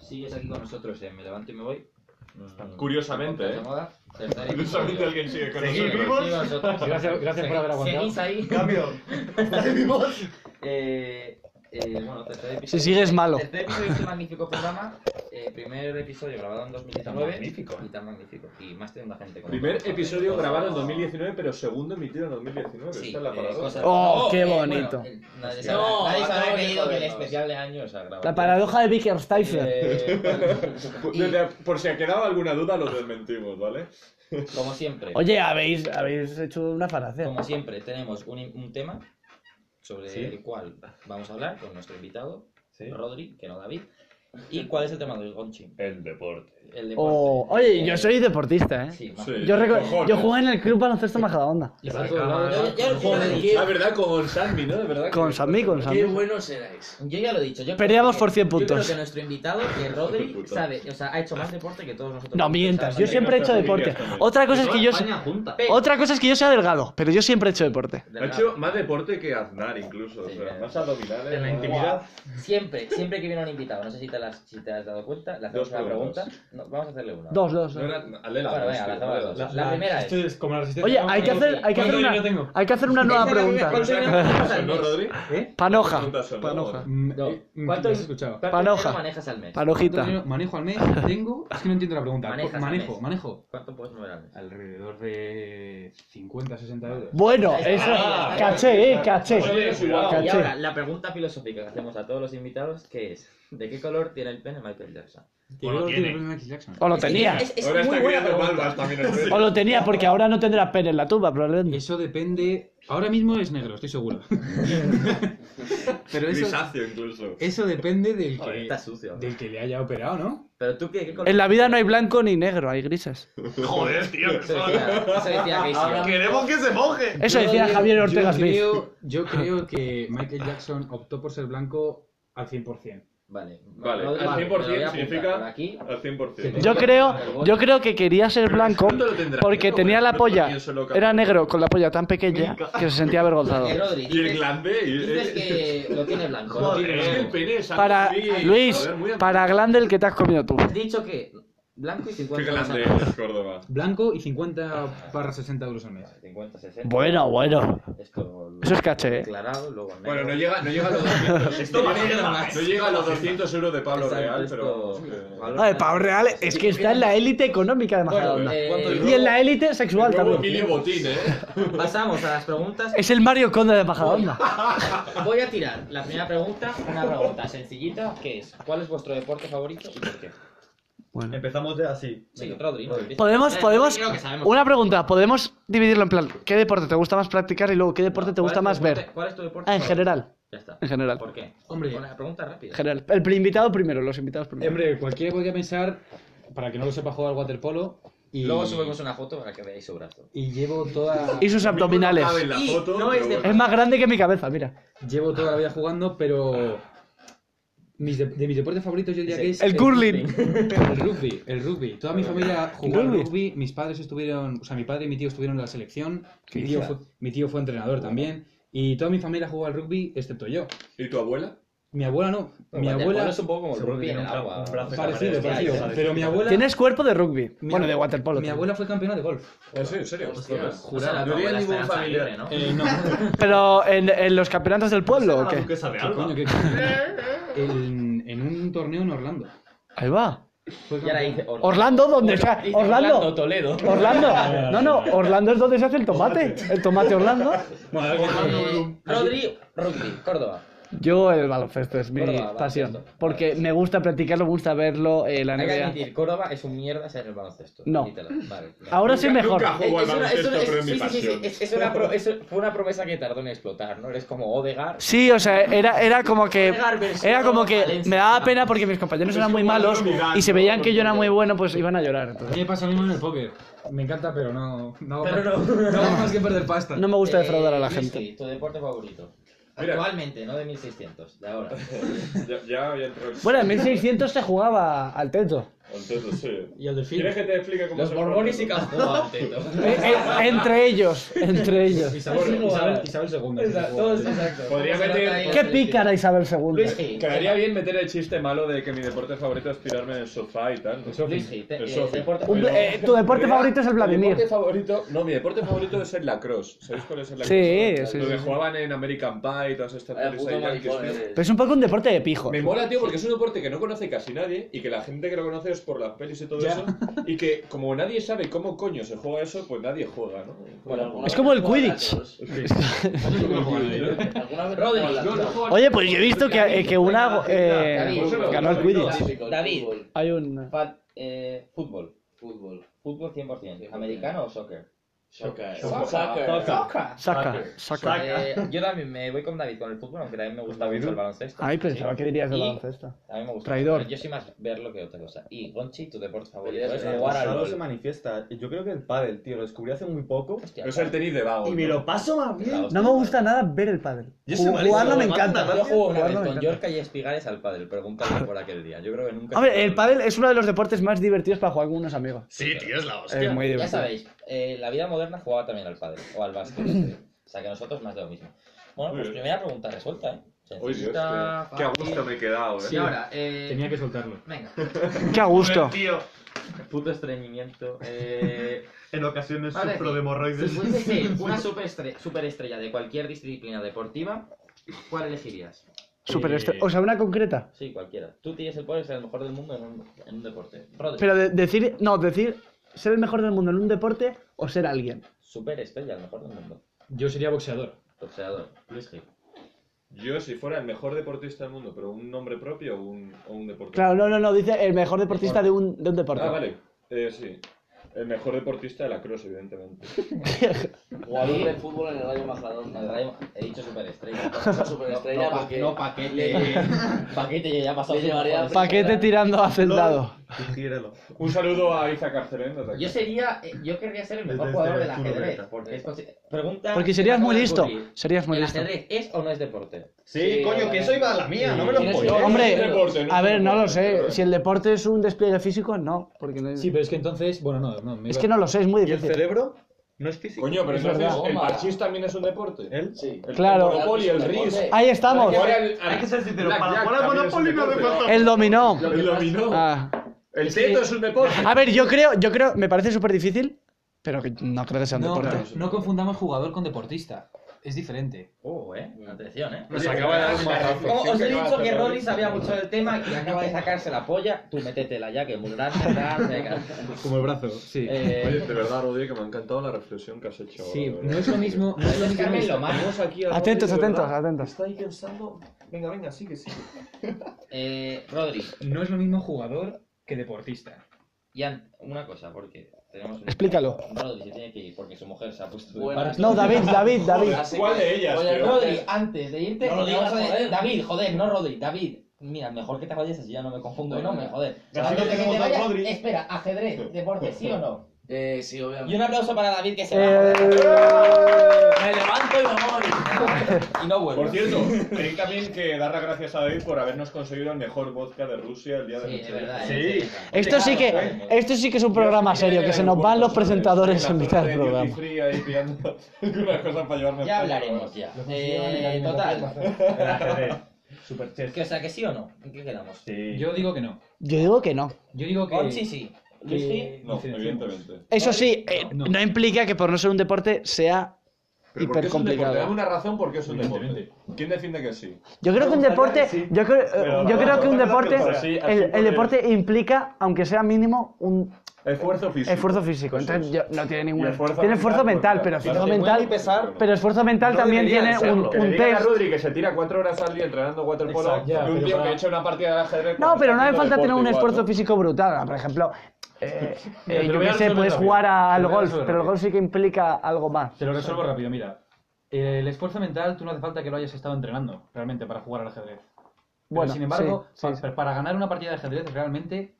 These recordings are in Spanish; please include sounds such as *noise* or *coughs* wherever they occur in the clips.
sigues aquí con nosotros en Me Levanto y Me Voy. Mm, Curiosamente, podcast de ¿eh? moda, te estaré- Curiosamente alguien sigue con Seguimos. nosotros. Sí, vosotros. Gracias, gracias por haber aguantado. Seguís ahí. Cambio. ¿Estás vivos? *laughs* Eh, eh, bueno, tercer episodio. Si sigues, malo. Tercer episodio de este magnífico programa. Eh, primer episodio grabado en 2019. Tan magnífico, Y tan magnífico. Y más teniendo gente como. Primer nosotros. episodio Entonces, grabado en 2019, pero segundo emitido en 2019. Sí, Esta es la eh, paradoja. *laughs* cosas- Oh, eh, qué bueno, bonito. eh, nadie sabrá- No, nadie sabrá acabo de pues. creído que el jodernos. especial de años ha grabado. La paradoja de Bickersteifer. Eh, Por- y- desde- por si ha quedado alguna duda, lo desmentimos, ¿vale? como siempre. Oye, habéis, habéis hecho una falacia. Como siempre, tenemos un, un tema sobre Sí. el cual vamos a hablar con nuestro invitado, Sí. Rodri, que no David. ¿Y cuál es el tema de hoy, Gonchi? El deporte. El deporte. O- Oh, Oye, Eh, yo soy deportista, ¿eh? Sí, más Sí. Yo, reco- Cojones. yo jugué en el club baloncesto Majadahonda. Y La por todos cámara. lados. Yo, yo- yo ya lo he dicho. La verdad, con Sanmi, ¿no? De verdad. Con Sammy, con Qué Sammy. buenos erais. Yo ya lo he dicho. Yo creo Perdíamos que- por 100 Yo creo puntos. que nuestro invitado, que Rodri, Puta. sabe, o sea, ha hecho más deporte que todos nosotros. No mientas, O sea, yo sabe- siempre he hecho deporte. Otra cosa es que yo España junta. Pe- otra cosa es que yo sea delgado, pero yo siempre he hecho deporte. de Ha verdad. hecho más deporte que Aznar, incluso. Sí, o sea, eh. más abdominales. En la más- intimidad. Siempre, siempre que viene un invitado, no sé si te, las, si te has dado cuenta, le hacemos Dos una preguntas. pregunta. No, vamos a hacerle una. Dos, dos. No dos. era... Hazle la Bueno, dos, venga, la tío, hazle dos. la La primera Esto es- es como la resistencia. Oye, hay que hacer, hay que hacer ¿Cuánto una, dinero tengo? hay que hacer una nueva Esa es la pregunta. primera- dos. ¿No, Rodri? Panoja, Preguntas son, ¿no? panoja, Mm, No. eh, mm, ¿Cuánto ¿Lo has escuchado? ¿Cuánto Panoja. dinero manejas al mes? ¿Cuánto panojita. dinero manejo al mes? ¿Tengo? Es que no entiendo la pregunta. Manejas al manejo, mes. manejo. ¿Cuánto puedes mover al mes? Alrededor de 50, 60 euros. Bueno, Ahí está, eso, Ah, ahí está. caché, eh, caché. Más o menos igual. Y Caché. ahora, la pregunta filosófica que hacemos a todos los invitados, que es, ¿de qué color tiene el pene Michael Jackson? Bueno, lo tiene tiene. Michael Jackson. O lo tenía, Es, es Ahora muy está buena creando pregunta. malvas también. el o Rodri. lo tenía porque ahora no tendrá pene en la tumba probablemente. Eso depende. Ahora mismo es negro, estoy *laughs* seguro. Pero eso, Grisáceo, incluso. eso depende del Joder, que, está sucio. del que le haya operado, ¿no? Pero tú, ¿qué, qué color? En la vida no hay blanco ni negro, hay grises. Joder, tío. Eso decía, eso decía Casey. Queremos que se moje. Eso decía Yo- Javier Ortega yo Smith. creo, yo creo que Michael Jackson optó por ser blanco al 100%. Vale, Vale, Rodri, al me lo voy a 100% apuntar significa- por aquí. Al 100%. ¿no? Yo creo, yo creo que quería ser blanco ¿Cuánto lo tendrá? porque Pero tenía bueno, la yo polla. pienso lo que- Era negro con la polla tan pequeña que se sentía avergonzado. Eh, Rodri, Y el dices, glande... y- dices que lo tiene blanco. ¿no? Joder, es que el pene es algo Para así, Luis, joder, muy para Glandel que te has comido tú. Has dicho que blanco y Qué 50 grande más es Córdoba. Blanco y 50 barra 60 euros al mes. al- 50, 60. Bueno, bueno. Esto lo- Eso es caché, ¿eh? Declarado, luego negro. Bueno, no llega, no llega a *laughs* los 200. Esto va a ser más. No llega a los 200 euros de Pablo Exacto, Real, esto- pero. eh, valor- Ah, el pavo real es que está en la élite económica de Bueno, Majadahonda. eh, Y en la élite sexual Luego también. Emilio Botín, ¿eh? pasamos a las preguntas. Es el Mario Conde de Majadahonda. *laughs* Voy a tirar la primera pregunta, una pregunta sencillita, que es ¿cuál es vuestro deporte favorito y por qué? Bueno. Empezamos de así. Sí, Rodri. ¿no? Empieza. Podemos, Eh, podemos. creo que sabemos. Una pregunta, podemos dividirlo en plan, ¿qué deporte te gusta más practicar y luego qué deporte te ¿Cuál es gusta tu más deporte- ver? ¿Cuál es tu deporte? Ah, en favorito? general. Ya está. En general. ¿Por qué? Hombre. Una pregunta rápida. General. El pre- invitado primero, los invitados primero. Hombre, cualquiera podría pensar, para que no lo sepa, jugar al waterpolo. Y, Luego subimos una foto para que veáis su brazo. y llevo toda, Y sus abdominales. Em- No cabe en la Y foto. no es de- pero Es más grande que mi cabeza, mira. llevo toda la vida jugando, pero mis de, de mis deportes favoritos yo diría que es... El curling. El rugby, el rugby. Toda mi familia jugó al Rugby. rugby. Mis padres estuvieron, o sea, mi padre y mi tío estuvieron en la selección. Mi tío, fue, mi tío fue entrenador también. Y toda mi familia jugó al rugby, excepto yo. ¿Y tu abuela? Mi abuela no. Mi Bueno, abuela. es un poco como el Seguro rugby que en el tiene un agua. brazo Parecido, de camarero. parecido. Ya, ya, ya. Pero mi abuela. Tienes cuerpo de rugby. mi Bueno, abu- de waterpolo. Mi también. abuela fue campeona de golf. ¿En serio? ¿En serio? Ostras. Jurado. No había ningún familiar. ¿no? Eh, *laughs* no. Pero en, en los campeonatos del pueblo, ¿o La qué? duquesa de ¿Qué Alba. coño? ¿Qué en, en un torneo en Orlando. Ahí va. Fue Pues Y ahora campeona. dice Orlando. Orlando, ¿dónde Bueno, está? dice Orlando. Toledo. Orlando. No, no, Orlando es donde se hace el tomate. El tomate Orlando. Bueno, Eh, Rodri, rugby, Córdoba. Yo el baloncesto es mi Bueno, va, pasión. baloncesto. Porque me gusta practicarlo, me gusta verlo, eh, la Hay que NBA. admitir, Córdoba es un mierda ser el baloncesto. No. Admítelo. Vale. Vale. Ahora soy Nunca- mejor. nunca juego al Es una- es baloncesto, una- pero es es- mi sí, sí, sí, pasión. es- es una pro- es- Fue una promesa que tardó en explotar, ¿no? Eres como Odegar. Sí, o sea, era, era como que Odegaard versión era como que Valencia. me daba pena porque mis compañeros eran muy malos y si veían que yo era muy bueno, pues iban a llorar. A mí entonces. me pasa lo mismo en el póker. Me encanta, pero no. No, Pero no. no hago más que perder pasta. No me gusta Eh, defraudar a la Luis, gente. tu deporte favorito. Mira. Actualmente, no de *laughs* 1600, de ahora. Ya, ya había entrado. Bueno, en 1600 se jugaba al teto. Anteto, sí. Y el delfín. ¿Quieres que te explique cómo Los se borbones y forma? *laughs* Castilla. Teto. Eh, eh, entre ellos, entre ellos. Isabel, Isabel, Isabel II. Exacto, todo es exacto. Podría Vamos a meter- hablar ahí Qué de- pícara Isabel II. Luis G. Quedaría bien meter el chiste malo de que mi deporte favorito es tirarme en el sofá y tal. ¿no? Luis G. te- El eh, Sofi. deporte- Un- eh, tu deporte Mira, favorito es el Mi Vladimir. deporte favorito, no, mi deporte favorito es el lacrosse. ¿Sabéis cuál es el Sí, lacrosse? sí, Lo que sí. jugaban en American Pie y todas estas eh, Vaya pelis puto ahí, Yankees, maricón tío. eres. Pero es un poco un deporte de pijo. Me mola, tío, porque es un deporte que no conoce casi nadie y que la gente que lo conoce es por las pelis y todo eso. Y que como nadie sabe cómo coño se juega eso, pues nadie juega, ¿no? Bueno, alguna Es vez como el juego a Quidditch. datos. Alguna vez Rodri, juego a yo no datos. Oye, pues yo he visto que, eh, que una eh, ganó el Quidditch. Clásicos, David. fútbol, Hay un. Fa- eh, fútbol. Fútbol. Fútbol 100%. ¿Americano o soccer? Soccer. Soccer. Ah, Saca, saca. Eh, yo también me voy con David con el fútbol, aunque también me gusta mucho el baloncesto. Ay, pensaba que dirías de Y- baloncesto. A mí me gusta. Traidor. pero Yo soy más verlo que otra cosa. Y Gonchi, tu deporte favorito Podrías es ser jugar al Algo Eh, se LOL. manifiesta. Yo creo que el pádel, tío, lo descubrí hace muy poco. Hostia, Pero es el tenis de vago. Y me ¿no? lo paso más bien. No me gusta nada ver el pádel. Yo soy Ju- malísimo, Jugarlo me me encanta. mata, Yo jugué una vez Jugarlo me con encanta. Yorca y Espigares al pádel. Pregúntale por aquel día. Yo creo que nunca. Hombre, el pádel es uno de los deportes más divertidos para jugar con unos amigos. Sí, tío, es la Es muy Ya divertido. sabéis, eh, la vida moderna jugaba también al pádel o al básquet. este. o sea que nosotros más de lo mismo. Bueno, Muy pues bien. primera pregunta resuelta, ¿eh? Uy, Dios, qué, Sencillita, qué a fácil. gusto me he quedado, eh. Y ahora, eh, Tenía que soltarlo. venga. Qué a gusto. Tío, Puto estreñimiento. *laughs* Eh, en ocasiones Vale. sufro de *laughs* si hemorroides. fuese ser una superestre- superestrella de cualquier disciplina deportiva, ¿cuál elegirías? Super O sea, una concreta. Sí, cualquiera. Tú tienes el poder de ser el mejor del mundo en un, en un deporte. Rodri, Pero de- decir. No, decir ser el mejor del mundo en un deporte o ser alguien. superestrella, el mejor del mundo. Yo sería boxeador. Boxeador, Luis Gil. Yo, si fuera el mejor deportista del mundo, pero un nombre propio o un, o un deporte. Claro, no, no, no. Dice el mejor deportista de un, de un deporte. Ah, vale. Eh, sí. El mejor deportista de la cross, evidentemente. *laughs* Jugador de fútbol en el Rayo Majadahonda. Al Rayo- He dicho superestrella. Una superestrella *laughs* No, pa- porque- no, paquete. paquete ya ha pasado. Le llevaría- Paquete tirando a celdado. Digíralo. Un saludo a Isa Carcelén. desde aquí. Yo sería, eh, yo querría ser el mejor Desde jugador del Arturo ajedrez. Beta. Porque es posi- pregunta. Porque serías muy listo. ¿El Serías muy listo. ajedrez es o no es deporte? Sí, coño, que eso iba a la mía, no me lo Tienes puedo. que- Hombre, Es un deporte, A ver, es un no lo deporte, sé. pero- Si el deporte es un despliegue físico, no. Porque no es... Sí, pero es que entonces. Bueno, no, no. me Mm. es iba- que no lo sé, es muy ¿Y el difícil. cerebro? No es físico. Coño, pero Es entonces, verdad. ¿el parchís también es un deporte? ¿Él? Sí. El Claro. Monopoly, el RIS. Ahí estamos. Jugar al- al- Hay que ser sincero, Blackjack para jugar al también es un Monopoly no hace deporte. falta El dominó. El dominó. Ah. El teto es un deporte. A ver, yo creo, yo creo, me parece súper difícil, pero que no creo que sea un No, deporte. claro, no confundamos jugador con deportista. Es diferente. Uh, eh. Atención, eh. Nos acaba de dar un marrazo. Como os he Acaba de dicho que hacer Rolly Rolly. sabía mucho del tema y acaba de sacarse la polla, tú métetela ya, que murdarás, Como el brazo, sí. Oye, Eh, de verdad, Rodri, que me ha encantado la reflexión que has hecho. Sí, ahora, de no verdad. es lo mismo. No es lo mismo Eh, Carmen Lomar. Tenemos aquí a Atentos, Rodri, de atentos, verdad, atentos. Está ahí pensando. Venga, venga, sigue, sigue. Eh, Rodri, No es lo mismo jugador que deportista. ya una cosa, porque tenemos un... Explícalo. Rodri se tiene que ir porque su mujer se ha puesto de Bueno. parto. No, David, David, *laughs* David. Así ¿Cuál que- *laughs* de ellas, Oye, tío? Rodri, Rodri, antes de irte, No lo digas, vamos a decir- joder. David, joder, no Rodri, David. Mira, mejor que te vayas así ya no me confundo y no me joder. Ya, si no Antes de que tenemos te a vayas, Rodri. Espera, ajedrez, deporte, ¿sí o no? Eh, sí, Y obviamente. un aplauso para David que se va. Eh, joder. Me levanto y me voy. *laughs* Y no vuelve. Por cierto, tenéis también que dar las gracias a David por habernos conseguido el mejor vodka de Rusia el día de Sí, noche. es verdad. Sí. eh, esto sí que, esto sí que es un programa serio, que se nos van los presentadores en mitad del programa. *laughs* Ya hablaremos ya. Eh, total. Super Que, o sea, que sí o no. ¿En qué quedamos? Sí. Yo digo que no. Yo digo que no. Yo digo que. Oh, Conchi sí. Luis sí. que No, diferenciamos. evidentemente. Eso sí, eh, no implica que por no ser un deporte sea hiper Dame complicado. una razón por qué es un deporte. Evidentemente. ¿Quién defiende que sí? Yo creo que un deporte, yo creo, eh, Pero yo creo que no, no, un no, deporte, pero sí, así el, el puede- deporte implica, aunque sea mínimo, un Esfuerzo físico. esfuerzo físico. Eso Entonces es. yo- no tiene ningún Y pues, esfuerzo. Tiene esfuerzo mental, pero claro. esfuerzo Te mueve mental, y pesar, pero esfuerzo mental también tiene un, Que le un digan a test. Rodri que se tira cuatro horas al día entrenando waterpolo Exacto, ya, que un pero tío para- que echa una partida de ajedrez. No, cuando pero no está hace falta haciendo tener un deporte esfuerzo igual, ¿no? físico brutal. Por ejemplo, eh, eh, te lo yo voy a qué sé, resolver puedes rápido. jugar a- Te al lo voy a golf, resolver pero el golf sí que implica algo más. Te lo resuelvo rápido, mira. El esfuerzo mental, tú no hace falta que lo hayas estado entrenando realmente para jugar al ajedrez. Pero, Bueno, sin embargo, sí, pa- sí, pa- para ganar una partida de ajedrez realmente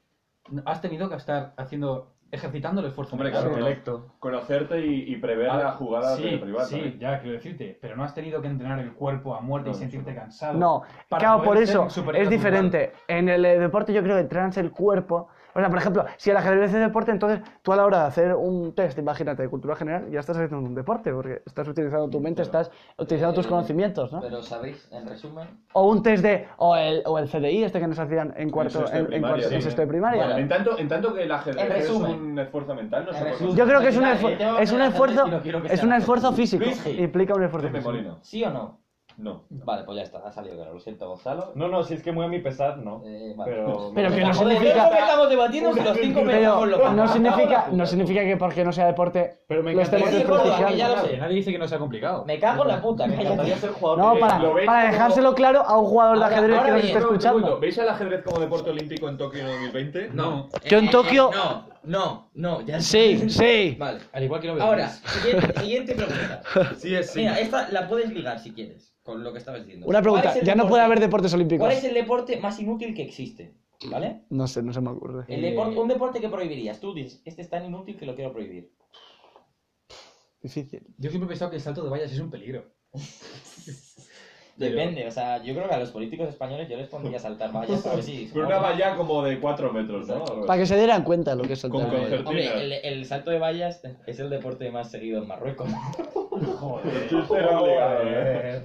has tenido que estar haciendo, ejercitando el esfuerzo Hombre, mental. claro, Electo. Conocerte y, y prever Ah, la jugada sí, de ¿eh? rival. sí, también. ya quiero decirte, pero no has tenido que entrenar el cuerpo a muerte No, y eso sentirte no. cansado. No, para claro, poder por ser eso superior es a tu rival. diferente. En el eh, deporte yo creo que entrenas el cuerpo O sea, por ejemplo, si el ajedrez es deporte, entonces tú a la hora de hacer un test, imagínate, de cultura general, ya estás haciendo un deporte, porque estás utilizando tu mente, estás utilizando tus Eh, conocimientos, ¿no? Pero sabéis, en resumen, O un test de. O el, o el CDI, este que nos hacían en cuarto, sexto de en, en primaria, cuarto- sí. en sexto de primaria. en, tanto, en tanto que el ajedrez En es resumen. un esfuerzo mental, no En sé por resumen. Yo creo que es un, Dale, esfu- te voy a es un poner a hacer esfuerzo. y no quiero que es sea un hacer. esfuerzo físico. Luis Gil. Implica un esfuerzo qué. físico. Molino. ¿sí o no? No. Vale, pues ya está, ha salido claro. Lo siento, Gonzalo. No, no, si es que muy a mi pesar, no. Eh, vale. Pero. Pero que no Joder, significa. luego que estamos debatiendo si los cinco Pero pensamos lo mismo. *laughs* no significa, no significa que porque no sea deporte Pero me lo encanta estemos que- desprestigiando. Ya lo sé. Nadie dice que no sea complicado. Me cago en la puta. Me encantaría ser jugador. No, de- para, ¿Lo veis para como- dejárselo claro a un jugador de Ahora- ajedrez ahora que nos bien, está un escuchando. ¿Veis al ajedrez como deporte olímpico en Tokio 2020? No. Yo en Eh, Tokio- eh, No, no, no, ya Sí, sí. Vale. Al igual que no veo Ahora, tenis. siguiente, siguiente pregunta. Sí, es sí. Mira, esta la puedes ligar si quieres, con lo que estabas diciendo. Una pregunta, ¿Cuál es el ya no deporte- puede haber deportes olímpicos. ¿Cuál es el deporte más inútil que existe? ¿Vale? No sé, no se me ocurre. El Eh, deporte, un deporte que prohibirías. Tú dices, este es tan inútil que lo quiero prohibir. Difícil. Yo siempre he pensado que el salto de vallas es un peligro. Depende, o sea, yo creo que a los políticos españoles yo les pondría a saltar vallas a ver si... Pero una valla como de 4 metros, ¿no? Algo Para que se dieran cuenta lo que es así. Con saltar. concertina. Hombre, el, el salto de vallas es el deporte más seguido en Marruecos. El chiste era obligado, ¿eh?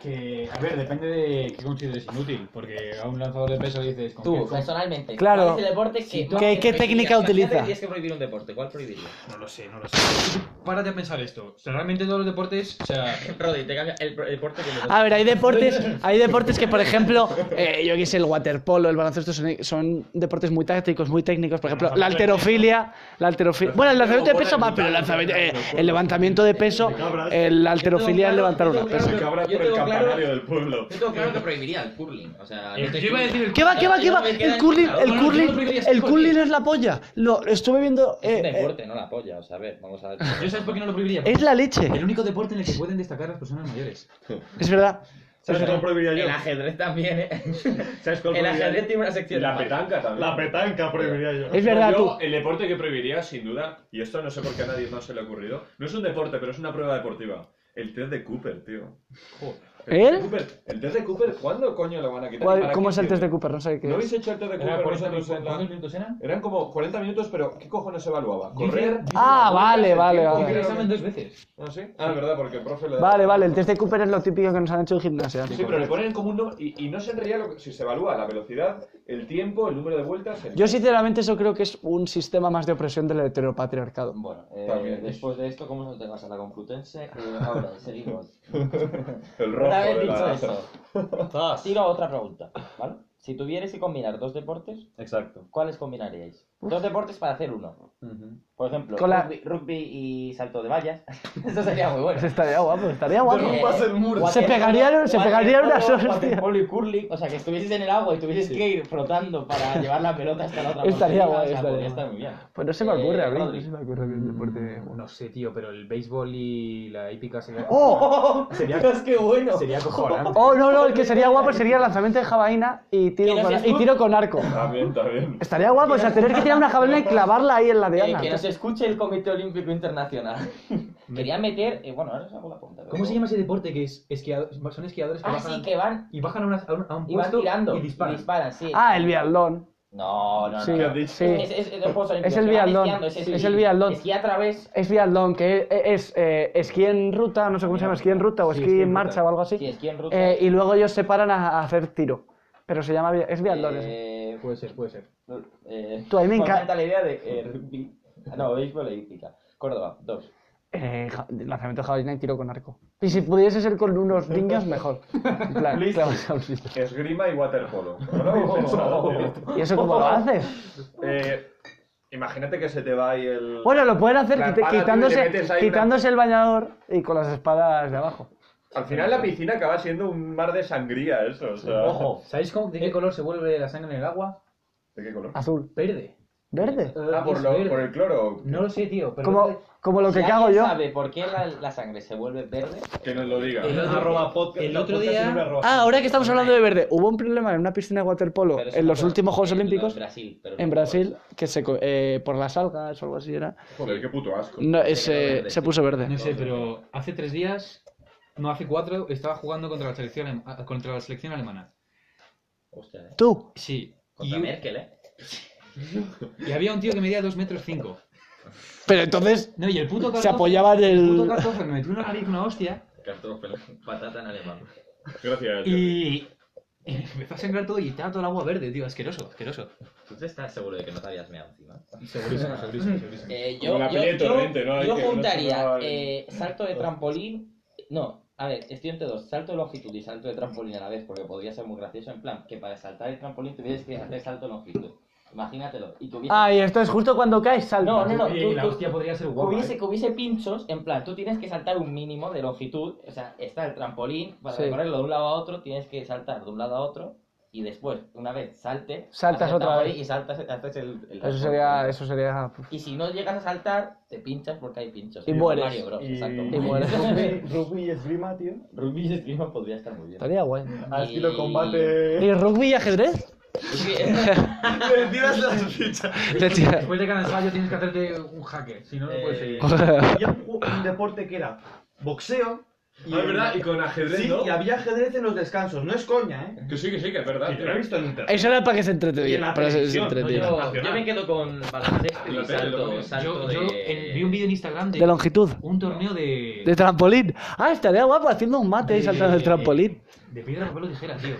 Que, a ver, depende de qué consideres inútil, porque a un lanzador de peso dices... ¿con *laughs* qué- Tú, con- personalmente, Claro. ¿cuál es el deporte que Sí, más que ¿qué- qué prohibirías? técnica Imagínate utiliza? que tienes que prohibir un deporte, ¿cuál prohibirías? No lo sé, no lo sé. Párate a pensar esto. O sea, realmente todos los deportes, o sea... *laughs* Rodri, te cambia el, el deporte que le A ver, hay deportes, hay deportes que, por ejemplo, eh, yo qué sé, el waterpolo, el baloncesto son, son deportes muy tácticos, muy técnicos. Por ejemplo, la alterofilia, la alterofilia. Bueno, el lanzamiento de peso va, pero el, lanzamiento- eh, el levantamiento de peso, el, la alterofilia es levantar una pesa. Se cabra Yo por el tengo claro- campanario del pueblo. *laughs* Yo tengo claro que prohibiría el curling. O sea, no te- Eh, Yo iba a decir el... ¿Qué va, qué va, qué va? El curling, el curling, el curling es la polla. Lo estuve viendo. Es eh, un eh, deporte, no la polla. O sea, a ver, vamos a ver. Yo sabes por qué no lo prohibiría. es la leche. El único deporte en el que pueden destacar las personas mayores. Es verdad. ¿Sabes cuál prohibiría yo? El ajedrez también, ¿eh? ¿Sabes cuál El prohibiría ajedrez yo? tiene una Y sección. la aparte. petanca también. La petanca prohibiría yo. Es verdad, Pues Yo, tú. el deporte que prohibiría, sin duda, y esto no sé por qué a nadie más se le ha ocurrido, no es un deporte, pero es una prueba deportiva. El test de Cooper, tío. ¿El? test de Cooper. ¿El test de Cooper? ¿Cuándo coño lo van a quitar? ¿Y ¿Cuál- para ¿Cómo qué es el test de sirve? Cooper? No sé qué ¿No es. habéis hecho el test de Era Cooper 40 vosotros en la- ¿Cuántos minutos eran? Eran como 40 minutos, pero ¿qué cojones se evaluaba? Yo hice- ¿Correr? yo hice Ah, la- vale, vale, hice vale. el examen dos veces. ¿Ah, sí? Ah, es verdad, porque el profe le da... Vale, vale, el test de Cooper es lo típico que nos han hecho en gimnasia. Sí, pero le ponen como un nombre y, y no se enría lo que- si se evalúa la velocidad, el tiempo, el número de vueltas. el- Yo sinceramente eso creo que es un sistema más de opresión del heteropatriarcado. Bueno, eh, También. después de esto, ¿cómo nos tengas a la Complutense? Eh, ahora, seguimos. el rojo Una vez de la- dicho eso, tiro otra pregunta, ¿vale? Si tuvierais que combinar dos deportes, Exacto. ¿cuáles combinaríais? Dos deportes para hacer uno. Por ejemplo, Con la- rugby, rugby y salto de vallas. *laughs* Eso sería muy bueno. Eso estaría guapo, estaría guapo. Eh, Derrumbas el muro. Se pegarían- se waterpolo, pegarían unas hostias. waterpolo y curling, o sea, que estuvieses en el agua y tuvieses que ir frotando para llevar la pelota hasta la otra portería, Estaría guay, o sea, estaría podría guay. estar muy bien. Pues no se me Eh, ocurre a mí, Rodri. no se me ocurre a mí el deporte. Mm, No sé, tío, pero el béisbol y la hípica sería... ¡Oh! Sería- Dios, qué bueno. *laughs* Sería cojonante. ¡Oh, no, no! El que sería guapo sería el lanzamiento de jabalina y Que tiro no con, seas y tú. tiro con arco. También, también. Estaría guapo, o sea, tener que tirar una jabalina y clavarla ahí en la Eh, diana. que nos escuche el Comité Olímpico Internacional. *laughs* Quería meter. eh, bueno, ahora os hago la punta. *laughs* ¿Cómo se llama ese deporte que es esquiado- son esquiadores que Ah, bajan sí, que van. y bajan a, una- a un, a un Y van puesto tirando. y disparan? sí. Ah, el biatlón. No, no, no. Sí, no. dicho? sí. Es, es- es los Juegos Olímpicos, Es el que van biatlón, esquiando, Es, sí, es el biatlón. Esquí a través. Es biatlón, que es, es, eh, esquí en ruta, no sé cómo se llama, esquí en ruta o Sí, esquí esquí en en ruta. marcha o algo Sí, así. esquí en ruta. Eh, y luego ellos se paran a, a hacer tiro. Pero se llama... bi- Es biatlón eso. Eh, Puede ser, puede ser. eh, Tú, a mí me me encanta- encanta la idea de eh, *laughs* rugby. Ah, No, béisbol e hípica. Córdoba, dos. Eh, ja- lanzamiento de jabalina y tiro con arco. Y si pudiese ser con unos niños, mejor. En plan, Listo. *laughs* clavas a un sitio. Esgrima y *laughs* waterpolo. No lo habéis pensado, tío. ¿Y eso cómo lo haces? Eh, imagínate que se te va ahí el... Bueno, lo pueden hacer La quit- espada, tío, y le metes quitándose, ahí quitándose el bañador y con las espadas de abajo. Al final la piscina acaba siendo un mar de sangría eso, o sea... Ojo, ¿sabéis cómo- de qué color se vuelve la sangre en el agua? ¿De qué Ah, color? Azul. Verde. Verde. Ah, por, Es lo- verde. por el cloro. No lo sé, tío, pero... Como, como lo que Si cago alguien yo. sabe por qué la, la sangre se vuelve verde? Que nos lo diga. El otro, Arroba podcast. el otro podcast día- y no me arroba. Ah, ahora que estamos hablando de verde, hubo un problema en una piscina de waterpolo pero eso en no los fue últimos Juegos en Olímpicos Brasil, pero no en fue. Brasil que se co- eh, por las algas o algo así era. Joder, qué puto asco. No, Se ese- quedó verde, se sí. puso verde. No sé, pero hace tres días, no, hace cuatro, estaba jugando contra la selección, alem- contra la selección alemana. Hostia, eh. Tú, Sí. Contra y- Merkel, ¿eh? Y había un tío que medía 2 metros 5. Pero entonces No, y el puto se cartófano- apoyaba El puto del. cartófano me metió una nariz, una hostia. Cartofel. *laughs* Patata en alemán. Gracias. Y. *laughs* y empezó a sangrar todo y estaba todo el agua verde, tío. Asqueroso, asqueroso. ¿Tú te estás seguro de que no te habías meado encima? Segurísimo, segurísimo, segurísimo. Eh, Como la peli de Torrente, ¿no? Hay yo que- no juntaría se va, vale. eh, salto *laughs* de trampolín. No, a ver, estoy entre dos: salto de longitud y salto de trampolín a la vez, porque podría ser muy gracioso. En plan, que para saltar el trampolín tuvieras que hacer salto de longitud. Imagínatelo. Y que hubiese, Ah, y entonces justo cuando caes salta. No, no, no. Oye, tú- y la tú- hostia podría ser guapa. hubiese, ¿eh? que hubiese pinchos, en plan, tú tienes que saltar un mínimo de longitud. O sea, está el trampolín, para Sí. recorrerlo de un lado a otro, tienes que saltar de un lado a otro. Y después, una vez salte, Saltas haces el otra trampolín vez. Y saltas, haces el. el Eso sería. Eso sería. y si no llegas a saltar, te pinchas porque hay pinchos. Y mueres. Mario Bros, Y- exacto. y mueres. *laughs* Rugby, rugby y esgrima, tío. Rugby y esgrima podría estar muy bien. Estaría guay. Ah, Al Y- estilo combate. ¿Y rugby y ajedrez? Sí. Le tiras las fichas. Le tira- Después de cada ensayo tienes que hacerte un jaque, si no, no puedes seguir. Había un, ju- un deporte que era boxeo. Y Ah, es verdad, y con ajedrez, Sí, ¿no? y había ajedrez en los descansos. No es coña, ¿eh? Que sí, que sí, que es verdad. Y te lo he tío. visto en *laughs* internet. Eso era para que se Y en entretuviera. la Para que se- se televisión, no entretuviera. Yo, yo me quedo con baloncesto La y tele, salto, loco. Yo, salto yo de... en- vi un vídeo en Instagram de, De longitud. un torneo de, De trampolín. Ah, estaría guapo haciendo un mate y saltando del trampolín. Eh, de piedra, papel o tijera, tío.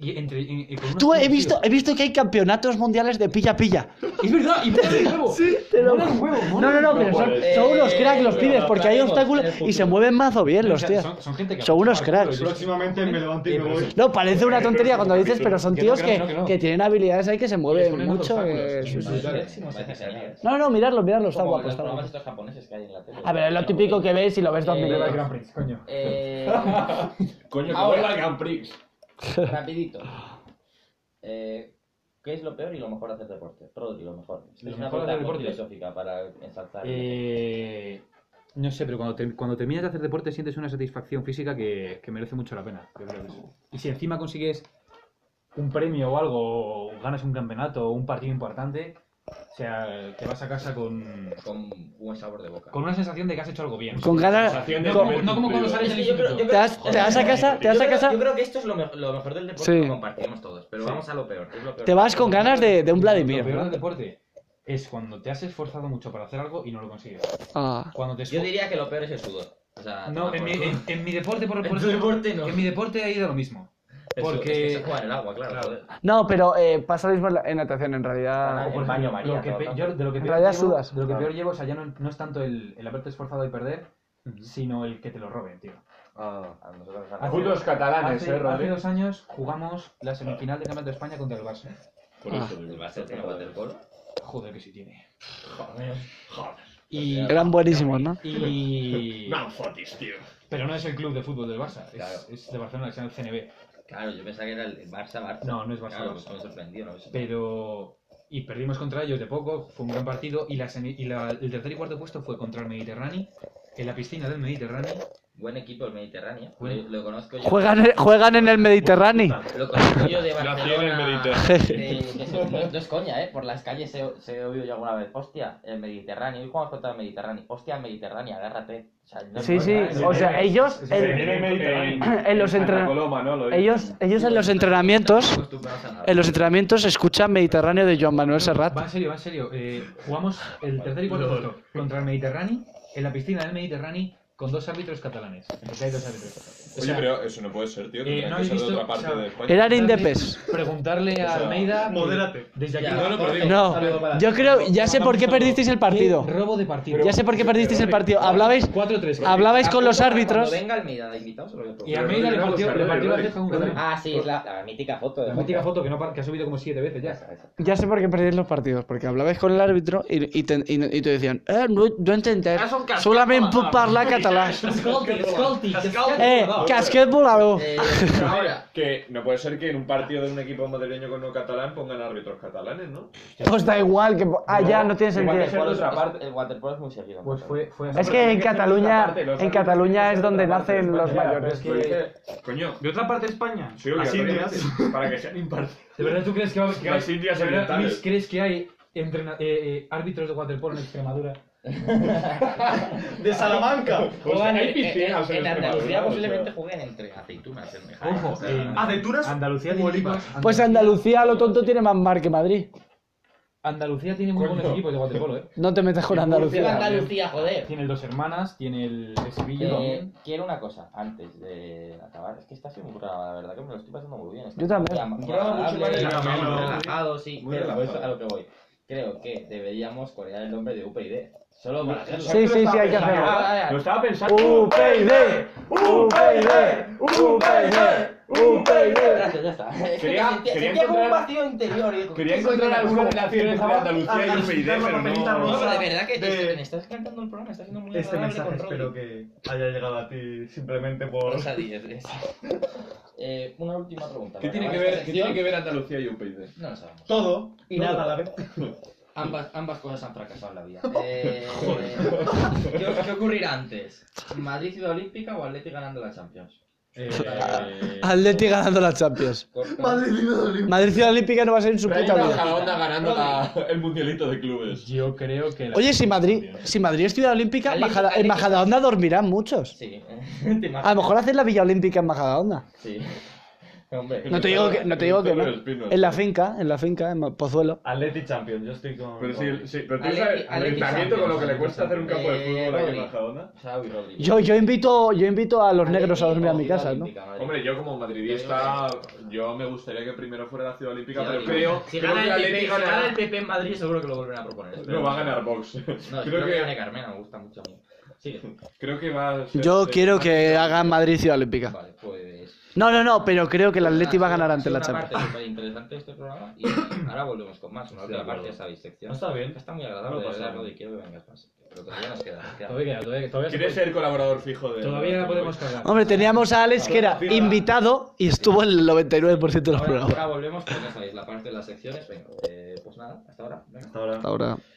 Y entre, en- en- con unos Tú he tíos, visto, he tío. visto que hay campeonatos mundiales de pilla pilla. Es verdad, y mola de huevo. Sí, te lo- mola de huevo, No, mola no, de no, huevo. pero son, Eh, son unos cracks los pero pibes porque hay hablaremos obstáculos en el futuro. y se mueven mazo bien los O sea, tíos. Son, son gente que Son unos cracks. Próximamente me levanto y me voy. No, parece una tontería cuando dices, pero son Que no, tíos que no, que, que no, que no. que tienen habilidades ahí que se les mueven ponen mucho. obstáculos. eh, Sí, sí, sí, vale. sí. Está No, no, miradlo, miradlo, está guapo, guapo, los está programas guapo. estos japoneses que hay en la tele. A ver, es lo típico que ves y lo ves dos Eh, mil veces. Gran Prix, coño. *laughs* Eh, Coño, que Ahora. vuelva el Grand Prix. rapidito. Eh, ¿Qué es lo peor y lo mejor de hacer deporte? Rodri, lo mejor. Es Lo una mejor de pregunta hacer muy deporte. filosófica para ensalzar. Eh, no sé, pero cuando, te- cuando terminas de hacer deporte sientes una satisfacción física que, que merece mucho la pena. yo creo que sí. Y si encima consigues un premio o algo, o ganas un campeonato o un partido importante, o sea, te vas a casa con, Con un buen sabor de boca. con una sensación de que has hecho algo bien. Con ganas. Sensación de No, haber no como cuando cumplido. sales del Es que yo creo- instituto. yo creo- Te vas, te vas a casa, te vas yo, a creo, casa, yo creo que esto es lo, me- lo mejor del deporte Sí. que compartimos todos, pero vamos a lo peor. ¿qué es lo peor? te vas con ganas de, de un Lo Vladimir. peor ¿no? del deporte es cuando te has esforzado mucho para hacer algo y no lo consigues. Ah. Cuando te Yo esfor- diría que lo peor es el sudor. O sea, No, toma en mi, por culo. en- en mi deporte, por, En por- tu deporte no. en mi deporte ha ido lo mismo. El sudor, Porque... es que se juega en el agua, claro. joder. No, pero eh, pasa lo mismo en la- en natación, en realidad. Ah, el baño María, Lo que todo pe- el rato. yo de lo que En peor realidad llevo, sudas. de lo que Claro. peor llevo, o sea, ya no, no es tanto el, el haberte esforzado y perder, sino el que te lo roben, tío. A nosotros nos Hace- han- Full los Ah, catalanes, Hace, eh, Rodri. hace dos años jugamos la semifinal de Campeonato de España contra el Barça. Por Ah. eso, digo. ¿El Barça tiene waterpolo? Joder, que sí tiene. Joder. Y, Eran buenísimos, ¿no? y- *laughs* No fotis, tío. Pero no es el club de fútbol del Barça, es, Claro. es de Barcelona, es el CNB. Claro, yo pensaba que era el Barça-Barça. No, no es Barça, Claro, Barça. pues me sorprendió. ¿no? Eso- Pero. Y perdimos contra ellos de poco, fue un gran partido. Y, la semi- y la- el tercer y cuarto puesto fue contra el Mediterráneo, en la piscina del Mediterráneo. Buen equipo el Mediterráneo. Bueno. Lo, lo conozco yo. Juegan, juegan en el Mediterráneo. Lo conozco yo de Nací en el Barcelona. Mediterráneo. de- de eso- no, no es coña, ¿eh? Por las calles he, se he oído yo alguna vez. Hostia, el Mediterráneo. Hoy jugamos contra el Mediterráneo. Hostia, el Mediterráneo, agárrate. O sea, no es Sí, sí. coña, ¿eh? O sea, ellos. Se el- viene Mediterráneo. en los Santa entren- Coloma, ¿no? Lo- ellos, ellos en los entrenamientos. Acostumbrados a nada. En los entrenamientos escuchan Mediterráneo de Joan Manuel Serrat. Va en serio, va en serio. Eh, jugamos el tercer y cuarto puesto contra el Mediterráneo, en la piscina del Mediterráneo, con dos árbitros catalanes. Porque hay dos árbitros. O Oye, sea, pero eso no puede ser, tío. eh, Tendrán que no habéis ser de visto- otra parte o sea, de España. Eran preguntarle- indepes. Preguntarle O a sea, Almeida. modérate. Desde aquí. Ya, No, no, pero digo- No, yo creo, ya sé por qué perdisteis el partido. Qué Robo de partido. Ya sé por qué perdisteis Este el partido. Hablabais, 4-3. hablabais con los Apunta para árbitros. Cuando venga Almeida de invitado, se lo voy a Y proponer. Almeida le Pero- partió, le partió la Pero- ceja a un catalán. Ah, sí, es la, la mítica foto. de La mítica foto que, no, par- que ha subido como siete veces ya. Esa, esa. Ya sé por qué perdéis los partidos, porque hablabais con el árbitro y, y te, y- y te decían, eh, no, no entendés, solamente puc parlar català. Escolti, escolti, Eh, casquet *laughs* volador. Eh, ahora, Que no puede ser que en un partido de un equipo madrileño con no catalán pongan árbitros catalanes, ¿no? Pues da igual que... po- Ah, ya, no tiene Igual que sentido. ser de otra es- parte. El waterpolo es muy seguido. Pues fue, fue así. Es que en Cataluña, en Cataluña es donde nacen los Ya, mayores. pero es que- Coño, De otra parte de España. soy Las obligatoriamente Indias. *laughs* para que sean impartibles. ¿De verdad tú crees que, va- que hay- Las Indias de verdad, Orientales. Luis, crees que hay entrena- eh, eh, árbitros de waterpolo en Extremadura? De *laughs* Salamanca. pues Juegan hay en- piscinas en, en en Extremadura, Andalucía o sea. posiblemente jueguen entre aceitunas. En Ojo, eh, Aceitunas. Andalucía Bolívar. tiene equipos- Pues Andalucía, lo tonto, tiene más mar que Madrid. Andalucía tiene muy Coño. buenos equipos de waterpolo, ¿eh? No te metas con Y Viva Andalucía. Andalucía, Eh. joder. Tiene el Dos Hermanas, tiene el de Sevilla Eh, también. quiero una cosa antes de acabar. Es que está siendo un programa, la verdad, que me lo estoy pasando muy bien. Está Yo también. muy Un programa mucho agradable, más relajado, relajado, ¿no? relajado, sí. Muy pero relajado. eso a lo que voy. Creo que deberíamos corear el nombre de UPyD. Solo para hacerlo. Sí, sí, sí, hay que hacerlo. Ah, Lo estaba pensando. UPyD, UPyD, UPyD, UPyD. Gracias, ya está. Es que Quería- sentía, quería sentía como un encontrar- vacío interior. ¿eh? y digo, Quería ¿qué encontrar coño? alguna relación entre Andalucía y UPyD, pero No, no. pero de verdad que te- De- me estás cantando el programa, está siendo muy Este agradable mensaje con Rodri. espero que haya llegado a ti simplemente por... Rosa Díez, es. *laughs* Eh, una última pregunta. ¿Qué para tiene que acabar ver, esta qué sección. tiene que ver Andalucía y UPyD? No lo sabemos. Todo y Todo. nada a la vez. Ambas, ambas cosas han fracasado en la *laughs* vida. Eh, ¿qué, qué ocurrirá antes? ¿Madrid ciudad olímpica o Atleti ganando la Champions? Eh, Atleti ganando la Champions. Corta. Madrid Ciudad Olímpica no va a ser en su puta vida. onda ganando la- *laughs* el mundialito de clubes. Yo creo que. la- Oye, si Madrid, si Madrid es ciudad olímpica, en Atleti- Majada- en Atleti- Majadahonda dormirán muchos. Sí, *laughs* te imaginas. A lo mejor hacen la Villa Olímpica en Majadahonda. Sí. *laughs* Hombre. No te digo que no. Te digo que no. Pero el Pino. En la finca, en la finca, en Pozuelo. Atleti Champions, yo estoy con... Pero sí, sí, pero tú Atleti- sabes el Atleti ayuntamiento con lo que le Champions, cuesta hacer un campo de eh, fútbol aquí en Rodri. Majadahonda. Xavi Rodríguez. Yo, yo, invito, yo invito a los Atleti negros a dormir a mi o Ciudad casa, ¿no? Olímpica, Madrid. Hombre, yo como madridista, yo me gustaría que primero fuera la ciudad olímpica, Ciudad pero Olímpica. creo, si creo gana, que el PP, Atleti si gana gana. el PP en Madrid, seguro que lo volverán a proponer. No, va a ganar Vox. No, creo, gane que, Carmena, me gusta mucho a mí. Sí. creo que va a ser. Yo eh, quiero que hagan Madrid ciudad olímpica. Vale, pues. No, no, no, pero creo que el Atleti va a ganar ante antes la Champions. Una parte súper interesante de este programa *coughs* y ahora volvemos con más. Una última parte de esa bisección. Está bien. Está muy agradable, No de pasa verdad, nada. Rodri. Quiero que vengas más. Pero todavía nos queda. nos *laughs* queda. Todavía queda, todavía, todavía, se ¿Quieres puede- ser colaborador fijo de.? todavía la podemos cargar. Hombre, teníamos a Alex que era invitado y estuvo en el 99% de los Ahora, programas. ahora volvemos, pues ya sabéis, la parte de las secciones. Venga, eh, pues nada, hasta ahora. Venga. Hasta ahora. Hasta ahora.